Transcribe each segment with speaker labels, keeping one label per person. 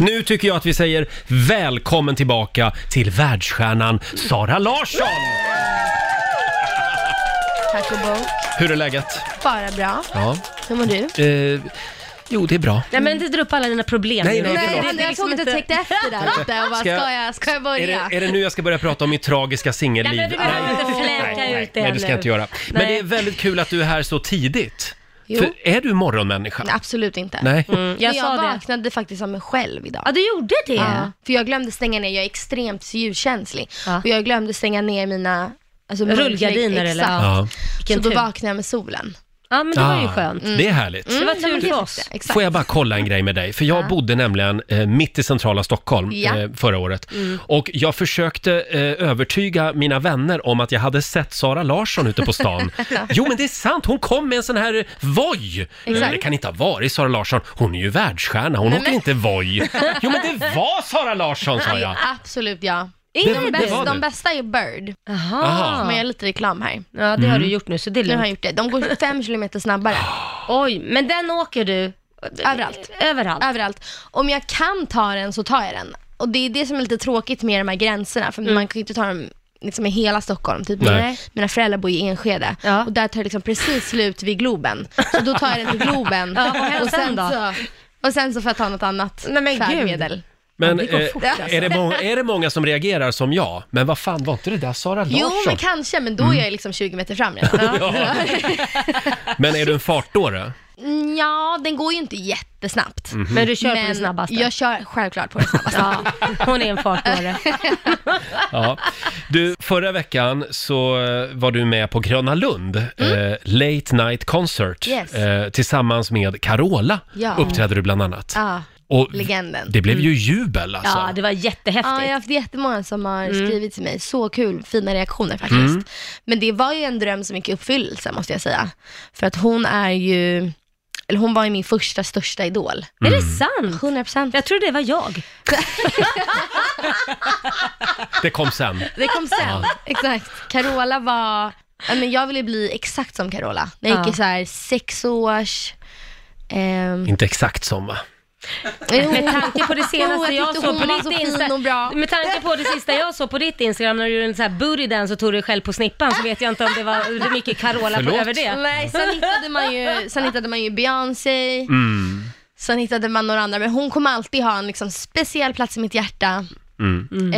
Speaker 1: Nu tycker jag att vi säger välkommen tillbaka till världsstjärnan Sara Larsson!
Speaker 2: Tack och bok.
Speaker 1: Hur är läget?
Speaker 2: Bara bra.
Speaker 1: Ja.
Speaker 2: Hur mår du?
Speaker 1: Eh, jo, det är bra.
Speaker 3: Nej men inte dra upp alla dina problem
Speaker 1: Nej,
Speaker 3: Roger.
Speaker 1: nej,
Speaker 2: Nej,
Speaker 1: förlåt.
Speaker 3: Det-
Speaker 2: jag
Speaker 3: det är liksom
Speaker 2: tog inte och
Speaker 3: inte-
Speaker 2: täckte efter där lite och bara,
Speaker 1: Ska
Speaker 2: ska
Speaker 1: jag-
Speaker 2: jag, ska jag
Speaker 1: Är
Speaker 2: börja?
Speaker 1: det, är det nu jag ska börja prata om mitt tragiska singelliv?
Speaker 3: Nej, men du behöver inte fläka
Speaker 1: nej,
Speaker 3: ut det
Speaker 1: nej, det ska jag
Speaker 3: nu.
Speaker 1: inte göra. Men
Speaker 3: Nej.
Speaker 1: det är väldigt kul att du är här så tidigt.
Speaker 2: Jo.
Speaker 1: För är du morgonmänniska?
Speaker 2: Absolut inte.
Speaker 1: Nej.
Speaker 3: Mm,
Speaker 2: Jag,
Speaker 3: jag
Speaker 2: Men
Speaker 3: sa
Speaker 2: jag
Speaker 3: det.
Speaker 2: vaknade faktiskt av mig själv idag.
Speaker 3: Ja, du gjorde det?
Speaker 2: Ja, För jag glömde stänga ner, jag är extremt ljuskänslig.
Speaker 3: Ja.
Speaker 2: Och jag glömde stänga ner mina alltså,
Speaker 3: Rullgardiner
Speaker 2: mörklägg,
Speaker 3: eller?
Speaker 2: exakt.
Speaker 1: Ja.
Speaker 2: Så
Speaker 3: Vilken
Speaker 2: då
Speaker 3: tur.
Speaker 2: vaknade jag med solen.
Speaker 3: Ja, men det var ju
Speaker 1: Ah,
Speaker 3: skönt.
Speaker 1: Det är härligt.
Speaker 3: Mm, Det var tur
Speaker 2: men
Speaker 3: för
Speaker 2: det-
Speaker 3: oss.
Speaker 2: Exakt.
Speaker 1: Får jag bara kolla en grej med dig? För jag bodde nämligen eh, mitt i centrala Stockholm
Speaker 2: Ja. Mm.
Speaker 1: eh, förra året. Och jag försökte eh, övertyga mina vänner om att jag hade sett Sara Larsson ute på stan. jo men det är sant, hon kom med en sån här voj!
Speaker 2: Exakt.
Speaker 1: Men Det kan inte ha varit Sara Larsson, hon är ju världsstjärna, hon åker inte voj. Jo men det var Sara Larsson sa jag!
Speaker 2: Absolut ja.
Speaker 1: Det-
Speaker 2: De,
Speaker 1: det
Speaker 2: bäst,
Speaker 1: var det.
Speaker 2: de bästa är Bird,
Speaker 1: Aha. Mm.
Speaker 3: Aha.
Speaker 2: men jag gör lite reklam här.
Speaker 3: Ja, det har du gjort nu, så det är
Speaker 2: Nu har jag
Speaker 3: lugnt.
Speaker 2: gjort det. De går 5 kilometer snabbare,
Speaker 3: Oj, men den åker du?
Speaker 2: Överallt.
Speaker 3: Överallt.
Speaker 2: överallt. Om jag kan ta den så tar jag den. Och det är det som är lite tråkigt med de här gränserna, för
Speaker 3: Mm.
Speaker 2: man kan ju inte ta dem liksom i hela Stockholm. Typ
Speaker 1: Nej.
Speaker 2: mina, mina föräldrar bor i Enskede
Speaker 3: Ja.
Speaker 2: och där tar det liksom precis slut vid Globen. Så då tar jag den till Globen
Speaker 3: Ja, vad händer
Speaker 2: och, sen
Speaker 3: sen då?
Speaker 2: så, och sen så får jag ta något annat
Speaker 3: Nej, men gud.
Speaker 2: färdmedel.
Speaker 1: Men
Speaker 3: det går
Speaker 1: eh,
Speaker 3: fort,
Speaker 2: alltså.
Speaker 1: är, det många, är det många som reagerar som jag? Men vad fan, var inte det där Sara Larsson?
Speaker 2: Jo, men kanske, men
Speaker 3: Mm.
Speaker 2: då är jag liksom 20 meter fram redan.
Speaker 1: ja. men är du en fartdåre?
Speaker 2: Mm, Ja, den går ju inte jättesnabbt.
Speaker 1: Mhm.
Speaker 3: Men du kör Mm. på
Speaker 2: Men
Speaker 3: det snabbaste?
Speaker 2: Jag kör självklart på det snabbaste.
Speaker 3: Ja, hon är en fartdåre.
Speaker 1: Ja. Du, förra veckan så eh, var du med på Gröna Lund, eh, Late Night Concert,
Speaker 2: Mm. Yes.
Speaker 1: eh, tillsammans med Carola
Speaker 2: Ja.
Speaker 1: uppträdde du bland annat.
Speaker 2: Ja,
Speaker 1: Och
Speaker 2: legenden.
Speaker 1: det blev ju jubel alltså.
Speaker 3: Ja, det var jättehäftigt.
Speaker 2: Ja, jag har haft jättemånga som har
Speaker 3: Mm.
Speaker 2: skrivit till mig. Så kul, fina reaktioner faktiskt. Men det var ju en dröm som gick i uppfyllelse måste jag säga. För att hon är ju, eller hon var ju min första största idol.
Speaker 1: Mm.
Speaker 3: Är det sant?
Speaker 2: 100%.
Speaker 3: Jag tror det var jag.
Speaker 1: Det kom sen.
Speaker 2: Det kom sen. Exakt. Carola var, ja, men jag ville bli exakt som Carola. När jag gick
Speaker 3: Ja.
Speaker 2: i så här sex års... ehm,
Speaker 1: Inte exakt som va?
Speaker 2: jo,
Speaker 3: Med tanke på det
Speaker 2: Jo,
Speaker 3: senaste
Speaker 2: Oh, jag
Speaker 3: jag
Speaker 2: tyckte
Speaker 3: såg
Speaker 2: hon
Speaker 3: på
Speaker 2: var
Speaker 3: ditt
Speaker 2: så fin och bra.
Speaker 3: Insta. Med tanke på det sista jag såg på ditt Instagram när du gjorde en sån här booty dance och tog dig själv på snippan så vet jag inte om det var hur mycket Carola på
Speaker 1: Förlåt?
Speaker 3: över det.
Speaker 2: Nej, sen hittade man ju, sen hittade man ju Beyoncé.
Speaker 1: Mm.
Speaker 2: Sen hittade man några andra, men hon kommer alltid ha en liksom speciell plats i mitt hjärta.
Speaker 1: Mm.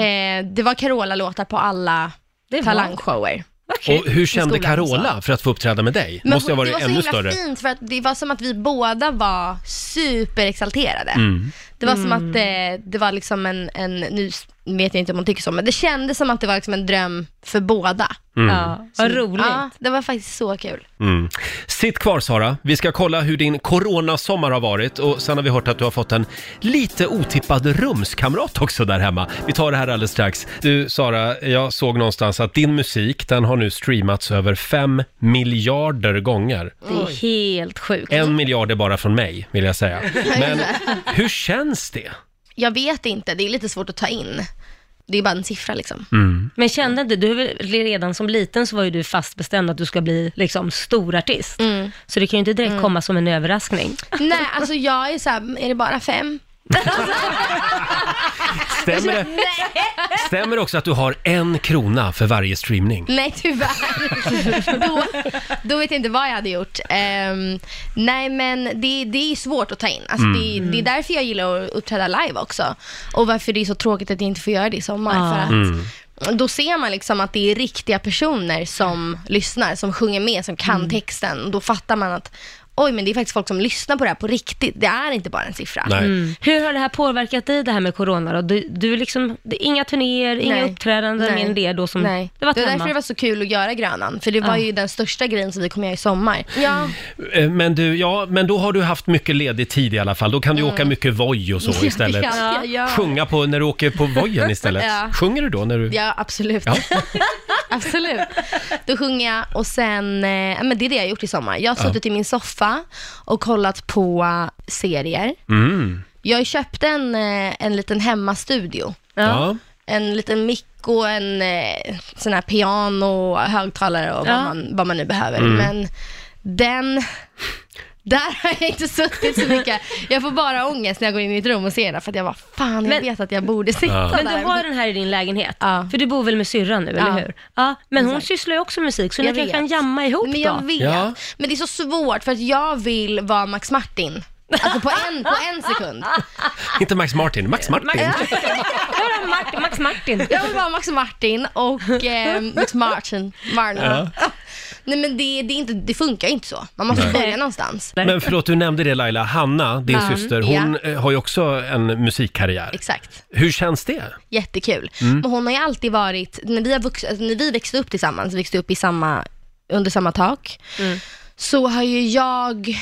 Speaker 2: Eh, det var Carola-låtar på alla
Speaker 3: Mm. Det var-
Speaker 2: talangshower.
Speaker 1: Och hur kände
Speaker 2: skolan och så.
Speaker 1: Carola för att få uppträda med dig?
Speaker 2: alltså. Men
Speaker 1: Måste jag
Speaker 2: hon-
Speaker 1: varit
Speaker 2: det var så
Speaker 1: ännu
Speaker 2: himla
Speaker 1: större?
Speaker 2: fint för att det var som att vi båda var superexalterade.
Speaker 1: Mm.
Speaker 2: Det var som
Speaker 3: Mm.
Speaker 2: att eh, det var liksom en, en, nu vet jag inte om hon tycker så, men det kändes som att det var liksom en dröm för båda.
Speaker 3: Ja, vad roligt.
Speaker 2: Ja, det var faktiskt så kul.
Speaker 1: Mm. Sitt kvar Sara, vi ska kolla hur din coronasommar har varit och sen har vi hört att du har fått en lite otippad rumskamrat också där hemma. Vi tar det här alldeles strax. Du Sara, jag såg någonstans att din musik, den har nu streamats över 5 miljarder gånger.
Speaker 3: Det är helt sjukt.
Speaker 1: En miljard är bara från mig, vill jag säga. Men hur känns det?
Speaker 2: Jag vet inte, det är lite svårt att ta in. Det är bara en siffra liksom.
Speaker 3: Men kände inte du, väl redan som liten så var ju du fast bestämd att du ska bli liksom stor artist.
Speaker 2: Mm.
Speaker 3: Så det kan ju inte direkt komma som en överraskning.
Speaker 2: Nej, alltså jag är så här, är det bara fem?
Speaker 1: Stämmer det, stämmer det också att du har en krona för varje streamning?
Speaker 2: Nej, tyvärr. då, då vet jag inte vad jag hade gjort. Ehm, nej, men det, det är svårt att ta in. Alltså, det, det är därför jag gillar att uppträda live också. Och varför det är så tråkigt att jag inte får göra det i sommar.
Speaker 3: Ja.
Speaker 2: För att Då ser man liksom att det är riktiga personer som lyssnar, som sjunger med, som kan texten. Och då fattar man att Oj, men det är faktiskt folk som lyssnar på det här på riktigt. Det är inte bara en siffra.
Speaker 1: Nej.
Speaker 3: Hur har det här påverkat dig det här med corona då? Du, du är liksom, det, inga turnéer, inga
Speaker 2: Nej.
Speaker 3: uppträdanden,
Speaker 2: Nej.
Speaker 3: mer än det då som...
Speaker 2: Nej.
Speaker 3: Det var
Speaker 2: det var
Speaker 3: hemma.
Speaker 2: därför det var så kul att göra Grönan, för det var ju den största grejen som vi kommer göra i sommar. Mm. Ja,
Speaker 1: Eh, Men du, ja, men då har du haft mycket ledig tid i alla fall. Då kan du åka mycket Voi och så istället.
Speaker 2: Ja, ja, ja.
Speaker 1: Sjunga på när du åker på Vojen istället.
Speaker 2: Ja.
Speaker 1: Sjunger du då när du...
Speaker 2: ja absolut. absolut. Då sjunger jag och sen, eh, ja, men det är det jag har gjort i sommar. Jag har suttit i min soffa och kollat på eh, serier.
Speaker 1: Mm.
Speaker 2: Jag köpte en, eh, en liten hemmastudio.
Speaker 3: Ja.
Speaker 1: Ja.
Speaker 2: En liten mick och en eh, sån här piano, högtalare och
Speaker 3: Ja.
Speaker 1: Mm.
Speaker 2: vad, man, vad man nu behöver. Men den, Där har jag inte suttit så mycket. Jag får bara ångest när jag går in i mitt rum och ser det, för att jag bara, fan, jag
Speaker 3: Men-
Speaker 2: vet att jag borde sitta
Speaker 1: Ja.
Speaker 2: där.
Speaker 3: Men du har den här i din lägenhet?
Speaker 2: Ja.
Speaker 3: För du bor väl med syrran nu, eller
Speaker 2: Ja.
Speaker 3: hur? Ja, men hon
Speaker 2: Exakt.
Speaker 3: sysslar ju också med musik, så ni
Speaker 2: Jag
Speaker 3: kanske
Speaker 2: vet.
Speaker 3: kan jamma ihop
Speaker 2: Men jag
Speaker 3: då?
Speaker 2: vet.
Speaker 1: Ja.
Speaker 2: Men det är så svårt för att jag vill vara Max Martin. Alltså på en, på en sekund.
Speaker 1: Inte Max Martin, Max Martin.
Speaker 3: Hör han Mart- Max Martin.
Speaker 2: Jag vill vara Max Martin och eh, Max Martin. Martin. Nej men det, det, är inte, det funkar ju inte så. Man måste
Speaker 1: Nej.
Speaker 2: börja någonstans.
Speaker 1: Men förlåt, du nämnde det Laila. Hanna, din
Speaker 2: Mm.
Speaker 1: syster, hon eh, har ju också en musikkarriär.
Speaker 2: Exakt.
Speaker 1: Hur känns det?
Speaker 2: Mm. Jättekul. Men hon har ju alltid varit, när vi, har vux, alltså, när vi växte upp tillsammans, vi växte upp i samma, under samma tak, så har ju jag,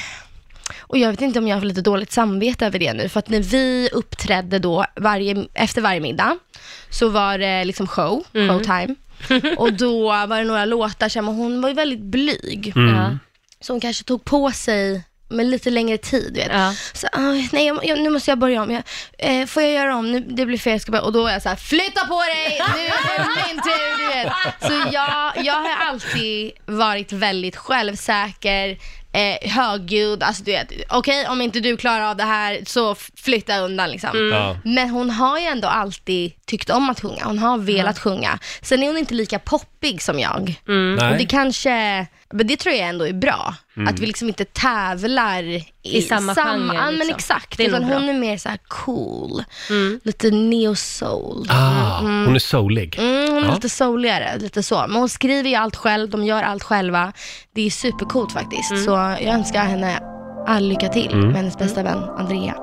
Speaker 2: och jag vet inte om jag har lite dåligt samvete över det nu, för att när vi uppträdde då, varje, efter varje middag, så var det liksom show,
Speaker 3: Mm.
Speaker 2: showtime. Och då var det några låtar, som, och hon var ju väldigt blyg.
Speaker 3: Ja.
Speaker 2: Så hon kanske tog på sig med lite längre tid. du Vet.
Speaker 3: Ja.
Speaker 2: Så, "Aj, nej, jag, jag, nu måste jag börja om. Jag, eh, får jag göra om? Nu, det blir fel. Jag ska börja. Och då är jag så här, flytta på dig! Nu är det min tur! Du vet. Så jag, jag har alltid varit väldigt självsäker, eh, högljudd. Alltså du vet, okej om inte du klarar av det här så f- flytta undan liksom.
Speaker 1: Ja.
Speaker 2: Men hon har ju ändå alltid tyckt om att sjunga. Hon har velat sjunga. Sen är hon inte lika poppig som jag.
Speaker 3: Mm.
Speaker 2: Och det
Speaker 1: Nej.
Speaker 2: kanske, men det tror jag ändå är bra. Att vi liksom inte tävlar i,
Speaker 3: Mm. I samma genre,
Speaker 2: Ja, men
Speaker 3: liksom.
Speaker 2: exakt.
Speaker 3: Det är nog
Speaker 2: Utan
Speaker 3: bra. Mm.
Speaker 2: hon är mer så här cool, lite neo-soul.
Speaker 1: Ah, hon är soulig.
Speaker 2: Mm, hon är
Speaker 1: Ja.
Speaker 2: lite souligare, lite så. Men hon skriver ju allt själv, de gör allt själva. Det är supercoolt faktiskt.
Speaker 3: Mm.
Speaker 2: Så jag önskar henne all lycka till med hennes bästa vän Andrea.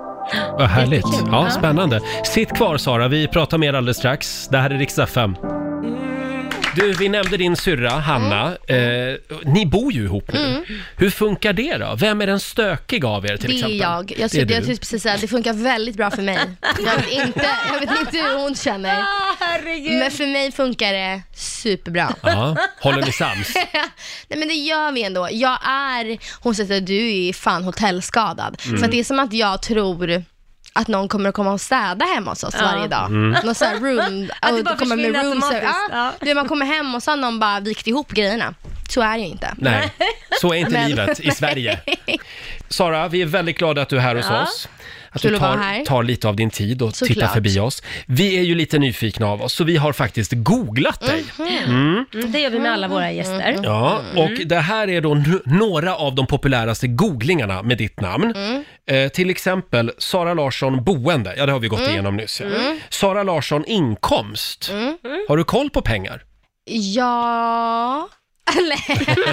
Speaker 1: Vad härligt.
Speaker 2: Jättekul.
Speaker 1: Ja,
Speaker 2: Ja.
Speaker 1: spännande. Sitt kvar Sara, vi pratar mer alldeles strax. Det här är riksdag 5. Du, vi nämnde din syrra Hanna.
Speaker 2: Mm.
Speaker 1: Eh, ni bor ju ihop nu. Hur funkar det då? Vem är den stökiga av er till
Speaker 2: Det är
Speaker 1: exempel?
Speaker 2: jag. Jag,
Speaker 1: Det är
Speaker 2: skulle-
Speaker 1: du.
Speaker 2: jag skulle precis säga, det funkar väldigt bra för mig. Jag vet inte, jag vet inte hur hon känner.
Speaker 3: Ah, herregud.
Speaker 2: Men för mig funkar det superbra.
Speaker 1: Ja, håller ni sams?
Speaker 2: Nej men det gör vi ändå. Jag är, hon säger att du är fan hotellskadad.
Speaker 1: Mm.
Speaker 2: Så att det är som att jag tror att någon kommer att komma och städa hemma hos oss varje dag.
Speaker 1: Mm.
Speaker 2: Någon sån här room,
Speaker 3: Att det
Speaker 2: och
Speaker 3: bara
Speaker 2: kommer med
Speaker 3: försvinner
Speaker 2: room service.
Speaker 3: automatiskt,
Speaker 2: Ja,
Speaker 3: ja.
Speaker 2: du vet, man kommer hem och så har någon bara vikt ihop grejerna. Så är det ju inte.
Speaker 1: Nej, så är inte
Speaker 2: Men-
Speaker 1: livet i Sverige. Sara, vi är väldigt glada att du är här hos
Speaker 3: Ja.
Speaker 1: oss. Att
Speaker 2: Kul
Speaker 1: du
Speaker 2: att vara
Speaker 1: tar,
Speaker 2: här.
Speaker 1: tar lite av din tid och
Speaker 2: Såklart.
Speaker 1: tittar förbi oss. Vi är ju lite nyfikna av oss, så vi har faktiskt googlat dig.
Speaker 2: Mhm.
Speaker 3: Mm, det gör vi med alla våra
Speaker 2: Mm,
Speaker 3: gäster.
Speaker 1: Ja, och det här är då n- några av de populäraste googlingarna med ditt namn.
Speaker 2: Mm.
Speaker 1: Eh, till exempel Sara Larsson boende, ja det har vi gått
Speaker 2: Mm.
Speaker 1: igenom nyss. Ja. Sara Larsson inkomst.
Speaker 2: Mm.
Speaker 1: Har du koll på pengar?
Speaker 2: Ja... Eller-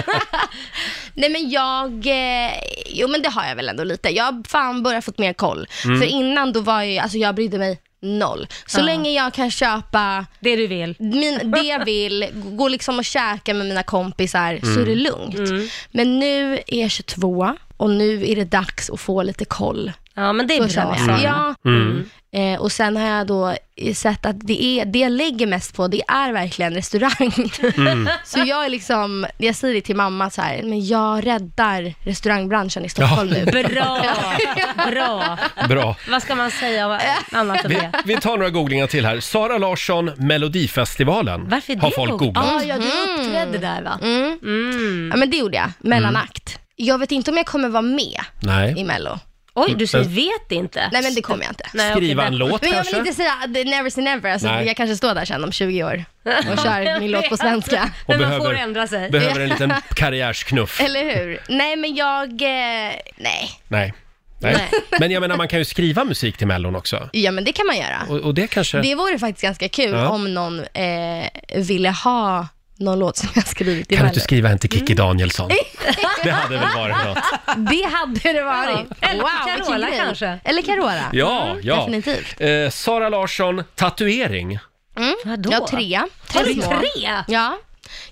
Speaker 2: Nej men jag, eh, jo men det har jag väl ändå lite. Jag har fan börjat fått mer koll. För innan då var jag, ju- alltså jag brydde mig noll. Så
Speaker 3: Ja.
Speaker 2: länge jag kan köpa
Speaker 3: Det du vill.
Speaker 2: min, det jag vill, gå liksom och käka med mina kompisar så är det lugnt. Men nu är jag 22 och nu är det dags att få lite koll.
Speaker 3: Ja, men det är
Speaker 2: Så
Speaker 3: bra.
Speaker 2: känner
Speaker 3: Sara.
Speaker 2: jag. Ja.
Speaker 1: Mm.
Speaker 3: Mm.
Speaker 2: Eh, och sen har jag då sett att det, är, det jag lägger mest på, det är verkligen restaurang.
Speaker 1: Mm.
Speaker 2: så jag är liksom, jag säger det till mamma så här, men jag räddar restaurangbranschen i Stockholm nu.
Speaker 3: Bra, bra.
Speaker 1: Bra.
Speaker 3: Vad ska man säga annat om
Speaker 1: Vi,
Speaker 3: det?
Speaker 1: vi tar några googlingar till här. Sara Larsson, Melodifestivalen.
Speaker 3: Varför
Speaker 1: har
Speaker 3: det
Speaker 1: folk
Speaker 3: googlat?
Speaker 1: googlat.
Speaker 3: Ah, ja, du uppträdde där va?
Speaker 2: Mm.
Speaker 3: Mm.
Speaker 2: Ja men det gjorde jag, mellanakt. Jag vet inte om jag kommer vara med i
Speaker 1: Nej.
Speaker 2: Mello.
Speaker 3: Oj, du säger vet inte.
Speaker 2: Nej men det kommer jag inte.
Speaker 3: Nej, okej,
Speaker 1: Skriva en
Speaker 3: där-
Speaker 1: låt
Speaker 2: Men jag
Speaker 1: kanske?
Speaker 2: vill inte säga att det är never say never, alltså,
Speaker 1: Nej.
Speaker 2: jag kanske står där sen om 20 år och kör min låt på svenska.
Speaker 1: Och
Speaker 3: Men man får
Speaker 1: behöver-
Speaker 3: ändra sig.
Speaker 1: Behöver en liten karriärsknuff.
Speaker 2: Eller hur? Nej men jag, eh, nej.
Speaker 1: Nej. Nej. Men jag menar, man kan ju skriva musik till Mellon också.
Speaker 2: Ja men det kan man göra.
Speaker 1: Och, och det kanske...
Speaker 2: Det vore faktiskt ganska kul
Speaker 1: Ja.
Speaker 2: om någon eh, ville ha någon låt som jag skrivit till
Speaker 1: Kan du inte
Speaker 2: Mello.
Speaker 1: skriva en till
Speaker 2: Mm.
Speaker 1: Kikki Danielsson? Det hade väl varit något.
Speaker 2: Det hade det varit.
Speaker 3: Ja. Eller
Speaker 2: vilken
Speaker 3: Carola
Speaker 2: grej.
Speaker 3: kanske.
Speaker 2: Eller Carola.
Speaker 1: Ja, ja.
Speaker 2: Mm, definitivt.
Speaker 1: Eh, Sara Larsson, tatuering.
Speaker 3: Vadå?
Speaker 2: Jag har tre.
Speaker 3: Har
Speaker 2: Tre
Speaker 3: du
Speaker 2: små.
Speaker 3: tre?
Speaker 2: Ja.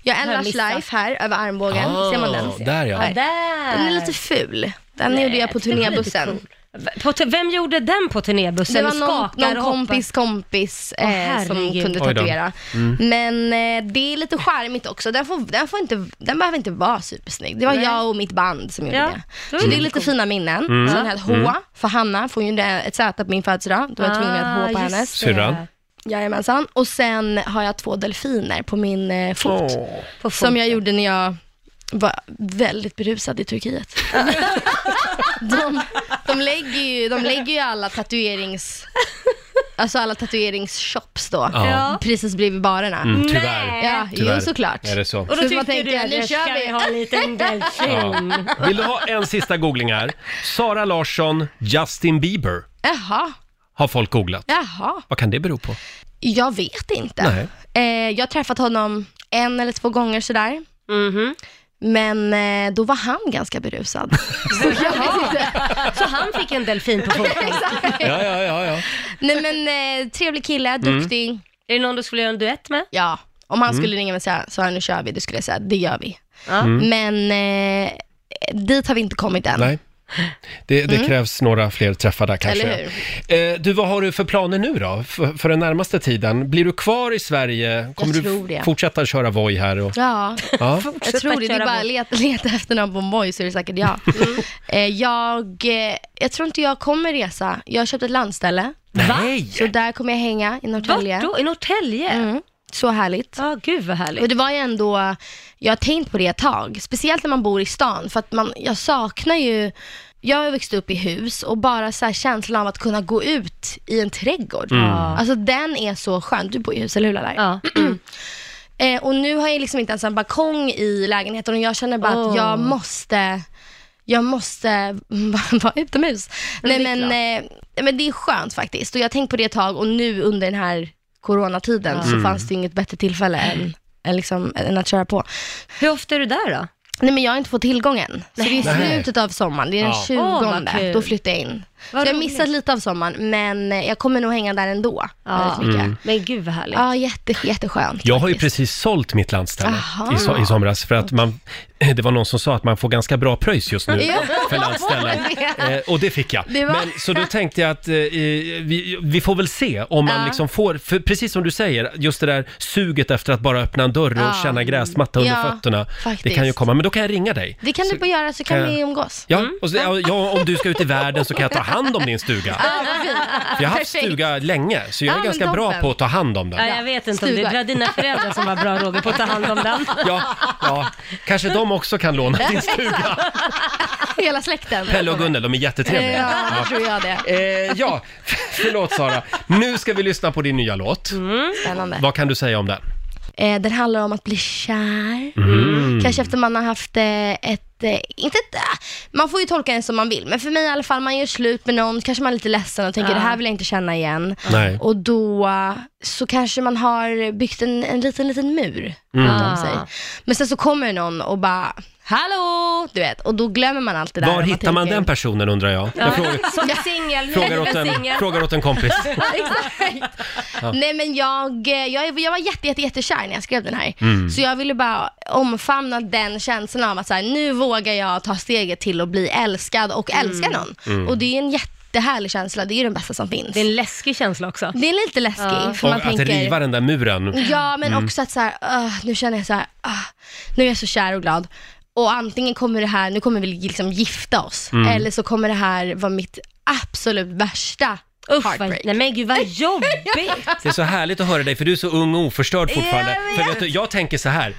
Speaker 2: Jag har en
Speaker 3: Har jag
Speaker 2: Lush
Speaker 3: missat?
Speaker 2: Life här över armbågen.
Speaker 1: Ah,
Speaker 2: Ser man den?
Speaker 1: Där ja.
Speaker 2: Här.
Speaker 3: Där.
Speaker 2: Den är lite ful. Den gjorde jag på
Speaker 3: det var lite
Speaker 2: turnébussen.
Speaker 3: V- På, t- vem gjorde den på turnébussen?
Speaker 2: Det var
Speaker 3: Du
Speaker 2: någon,
Speaker 3: skakar
Speaker 2: någon
Speaker 3: och hoppar.
Speaker 2: kompis kompis
Speaker 3: Åh,
Speaker 2: eh, som
Speaker 3: herregud.
Speaker 2: kunde
Speaker 1: Oj då. Mm.
Speaker 2: tatuera. Men eh, det är lite charmigt också. Den, får, den, får inte, den behöver inte vara supersnygg. Det var
Speaker 3: Nej.
Speaker 2: jag och mitt band som gjorde
Speaker 3: Ja, det
Speaker 2: det.
Speaker 3: var
Speaker 2: Så det är
Speaker 3: ju
Speaker 2: lite
Speaker 3: coolt.
Speaker 2: fina minnen.
Speaker 1: Mm.
Speaker 2: Sen har jag ett H för Hanna, för hon gjorde ett Z på min födelsedag. Då var jag tvungen att ha ett H på
Speaker 3: Ah,
Speaker 2: hennes.
Speaker 3: just det.
Speaker 1: Syrran.
Speaker 2: Jajamensan. Och sen har jag två delfiner på min eh, fot.
Speaker 1: Åh.
Speaker 2: Som
Speaker 3: På foten.
Speaker 2: jag gjorde när jag var väldigt berusad i Turkiet. De, de, lägger ju, de lägger ju alla tatuerings... Alltså alla tatueringsshops då,
Speaker 1: Ja.
Speaker 2: precis bredvid barerna.
Speaker 1: Mm, tyvärr.
Speaker 2: Ja,
Speaker 1: Tyvärr.
Speaker 2: jo såklart.
Speaker 1: Är det så?
Speaker 3: Och då
Speaker 2: Så
Speaker 3: tyckte
Speaker 2: man
Speaker 3: du
Speaker 2: tänker,
Speaker 3: att
Speaker 2: nu
Speaker 3: jag
Speaker 2: kör
Speaker 3: ska
Speaker 2: vi.
Speaker 3: ha en liten delfin.
Speaker 1: Ja. Vill du ha en sista googling här? Sara Larsson, Justin Bieber
Speaker 2: Jaha,
Speaker 1: har folk googlat.
Speaker 2: jaha.
Speaker 1: Vad kan det bero på?
Speaker 2: Jag vet inte. Eh, jag har träffat honom en eller två gånger sådär.
Speaker 3: Mhm.
Speaker 2: Men eh, då var han ganska berusad. Så jag vet inte.
Speaker 3: Så han fick en delfin på foten.
Speaker 2: Exakt.
Speaker 1: Ja, ja, ja, ja.
Speaker 2: Nej men eh, trevlig kille,
Speaker 1: Mm.
Speaker 2: duktig.
Speaker 3: Är det någon du skulle göra en duett med?
Speaker 2: Ja, om han skulle ringa mig och säga så här, nu kör vi, då skulle jag säga det gör vi.
Speaker 3: Ja.
Speaker 1: Mm.
Speaker 2: Men eh, dit har vi inte kommit än.
Speaker 1: Nej. Det, det krävs några fler träffar där kanske.
Speaker 2: Mm. Eller
Speaker 1: Eh, du, vad har du för planer nu då? För, för den närmaste tiden? Blir du kvar i Sverige? Kommer du
Speaker 2: tror det.
Speaker 1: fortsätta köra Voi här? Och,
Speaker 2: Ja,
Speaker 1: ja.
Speaker 2: jag tror det. Det är
Speaker 3: köra
Speaker 2: bara
Speaker 3: Mm. mot-
Speaker 2: att leta, leta efter någon på Moj så är det säkert jag. Eh, jag, eh, jag tror inte jag kommer resa. Jag har köpt ett landställe,
Speaker 1: Nej!
Speaker 2: så där kommer jag hänga i Norrtälje.
Speaker 3: Vart då? I Norrtälje? Ja,
Speaker 2: Mm, så härligt.
Speaker 3: gud vad härligt.
Speaker 2: Och det var ju ändå, jag har tänkt på det ett tag, speciellt när man bor i stan, för att man, jag saknar ju, jag har växt upp i hus och bara så här känslan av att kunna gå ut i en trädgård. Alltså den är så skön, du bor i hus, eller hur Lalla?
Speaker 3: Ja.
Speaker 2: Eh, och nu har jag liksom inte ens en balkong i lägenheten och jag känner bara
Speaker 3: Åh.
Speaker 2: att jag måste, jag måste vara utomhus.
Speaker 3: Men
Speaker 2: Nej
Speaker 3: det är
Speaker 2: men, eh, men det är skönt faktiskt och jag har tänkt på det ett tag och nu under den här coronatiden så fanns det inget bättre tillfälle än, än, liksom, än att köra på.
Speaker 3: Hur ofta är du där då?
Speaker 2: Nej men jag har inte fått tillgången. Så det är
Speaker 1: Nej.
Speaker 2: slutet av sommaren, det är den
Speaker 1: Ja.
Speaker 2: 20
Speaker 3: Åh, vad kul.
Speaker 2: då flyttar jag in.
Speaker 3: Vad
Speaker 2: så jag har
Speaker 3: roligt.
Speaker 2: missat lite av sommaren men eh, jag kommer nog hänga där ändå.
Speaker 3: Ja. Mm.
Speaker 2: väldigt mycket.
Speaker 3: Men gud vad härligt.
Speaker 2: Ja, jätte, jätteskönt.
Speaker 1: Jag har ju
Speaker 2: faktiskt.
Speaker 1: precis sålt mitt landställe
Speaker 2: Aha.
Speaker 1: i, so- i somras för att man, det var någon som sa att man får ganska bra pröjs just nu
Speaker 2: Ja.
Speaker 1: för landställen. Eh, och det fick jag.
Speaker 2: Det var-
Speaker 1: Men, så då tänkte jag att eh, vi, vi får väl se om man
Speaker 2: Ja.
Speaker 1: liksom får, för precis som du säger, just det där suget efter att bara öppna en dörr och
Speaker 2: Ja.
Speaker 1: känna gräsmatta under
Speaker 2: Ja,
Speaker 1: fötterna. Det
Speaker 2: faktiskt.
Speaker 1: kan ju komma, men då kan jag ringa dig.
Speaker 2: Det kan
Speaker 1: Så-
Speaker 2: du få göra så kan
Speaker 1: kan jag-
Speaker 2: vi umgås.
Speaker 1: Ja, och så, ja, ja, om du ska ut i världen så kan jag ta hand om din stuga.
Speaker 2: Ah,
Speaker 1: För jag har haft
Speaker 2: Perfekt.
Speaker 1: stuga länge, så jag
Speaker 2: Ja,
Speaker 1: är
Speaker 2: men
Speaker 1: ganska bra
Speaker 2: toppen.
Speaker 1: på att ta hand om den.
Speaker 3: Ja, jag vet inte om det,
Speaker 2: Stuga.
Speaker 3: det var dina föräldrar som var bra Roger på att ta hand om den.
Speaker 1: Ja, ja, kanske de också kan låna din stuga.
Speaker 2: Hela släkten.
Speaker 1: Pelle och Gunnel, de är jättetrevliga.
Speaker 2: Ja, då tror jag det.
Speaker 1: Eh, ja, förlåt Sara. Nu ska vi lyssna på din nya låt.
Speaker 2: Mm. Spännande.
Speaker 1: Vad kan du säga om den?
Speaker 2: Eh, den handlar om att bli kär.
Speaker 1: Mm.
Speaker 2: Kanske efter man har haft eh, ett, eh, inte ett, äh, man får ju tolka den som man vill, men för mig i alla fall, man gör slut med någon, kanske man är lite ledsen och tänker
Speaker 3: Ja.
Speaker 2: det här vill jag inte känna igen.
Speaker 1: Nej.
Speaker 2: Och då eh, så kanske man har byggt en, en liten, liten mur
Speaker 3: Ah.
Speaker 1: Mm.
Speaker 2: runt om sig. Men sen så kommer någon och bara, hallå, du vet, och då glömmer man allt det där.
Speaker 1: Var
Speaker 2: och
Speaker 1: hittar man
Speaker 2: tänker-
Speaker 1: den personen undrar jag. Jag frågar,
Speaker 3: Som singel, nu
Speaker 1: frågar,
Speaker 3: är
Speaker 1: åt
Speaker 3: du väl
Speaker 1: en,
Speaker 3: singel.
Speaker 1: frågar åt en kompis.
Speaker 2: Exakt. Nej men jag, eh, jag, jag var jätte, jätte, jättekär när jag skrev den här.
Speaker 1: Mm.
Speaker 2: Så jag ville bara omfamna den känslan av att så här, nu vågar jag ta steget till att bli älskad och
Speaker 3: Mm.
Speaker 2: älska någon.
Speaker 1: Mm.
Speaker 2: Och det är en jättehärlig känsla, det är ju den bästa som finns.
Speaker 3: Det är en läskig känsla också.
Speaker 2: Det är lite läskig,
Speaker 1: Och
Speaker 2: för man
Speaker 1: att
Speaker 2: tänker...
Speaker 1: riva den där muren.
Speaker 2: Ja, men också att så här, "Ugh, nu känner jag så här, "Ah, nu är jag så kär och glad. Och antingen kommer det här, nu kommer vi liksom gifta oss, eller så kommer det här vara mitt absolut värsta
Speaker 3: Usch, vad,
Speaker 2: heartbreak.
Speaker 3: nej men gud vad jobbigt.
Speaker 1: Det är så härligt att höra dig för du är så ung och oförstörd fortfarande.
Speaker 2: Jag
Speaker 1: För vet du, jag tänker så här.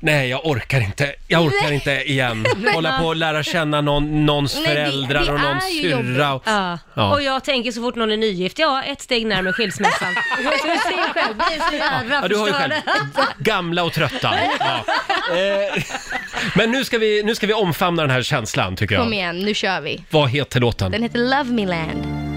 Speaker 1: Nej, jag orkar inte. Jag orkar inte igen. Hålla på och lära känna någon, någons
Speaker 2: Nej, det-
Speaker 1: föräldrar
Speaker 2: det
Speaker 1: och någons
Speaker 2: är ju
Speaker 1: syrra. och-
Speaker 3: Ja.
Speaker 1: Ja.
Speaker 3: Och jag tänker så fort någon är nygift, ja ett steg närmare skilsmässan. Så du ser själv, det är så jävla
Speaker 1: Ja, du har ju själv.
Speaker 3: förstörande.
Speaker 1: Gamla och trötta. Ja. Eh, men nu ska, vi, nu ska vi omfamna den här känslan tycker jag.
Speaker 2: Kom igen, nu kör vi.
Speaker 1: Vad heter låten?
Speaker 2: Den heter Love Me Land.